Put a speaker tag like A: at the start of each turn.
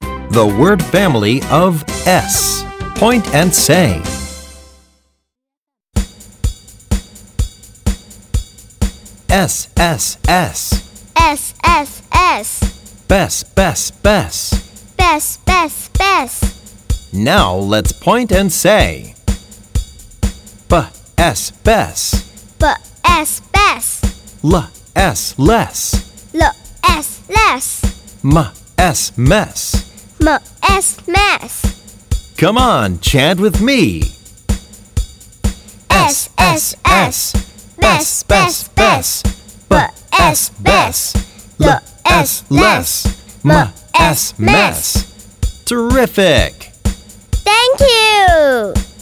A: the word family of S. Point and say. S, S, S.
B: S S S
A: Bess, Bess, Bess.
B: Best Best Best
A: Now let's point and say. B, S, Bess.
B: B S Best
A: L, S, Less.
B: L S Less
A: M, S, Mess.
B: M S Mess
A: Come on, chant with me. S S S Bess Bess Bess B S Bess L S Less M S Mess Terrific!
B: Thank you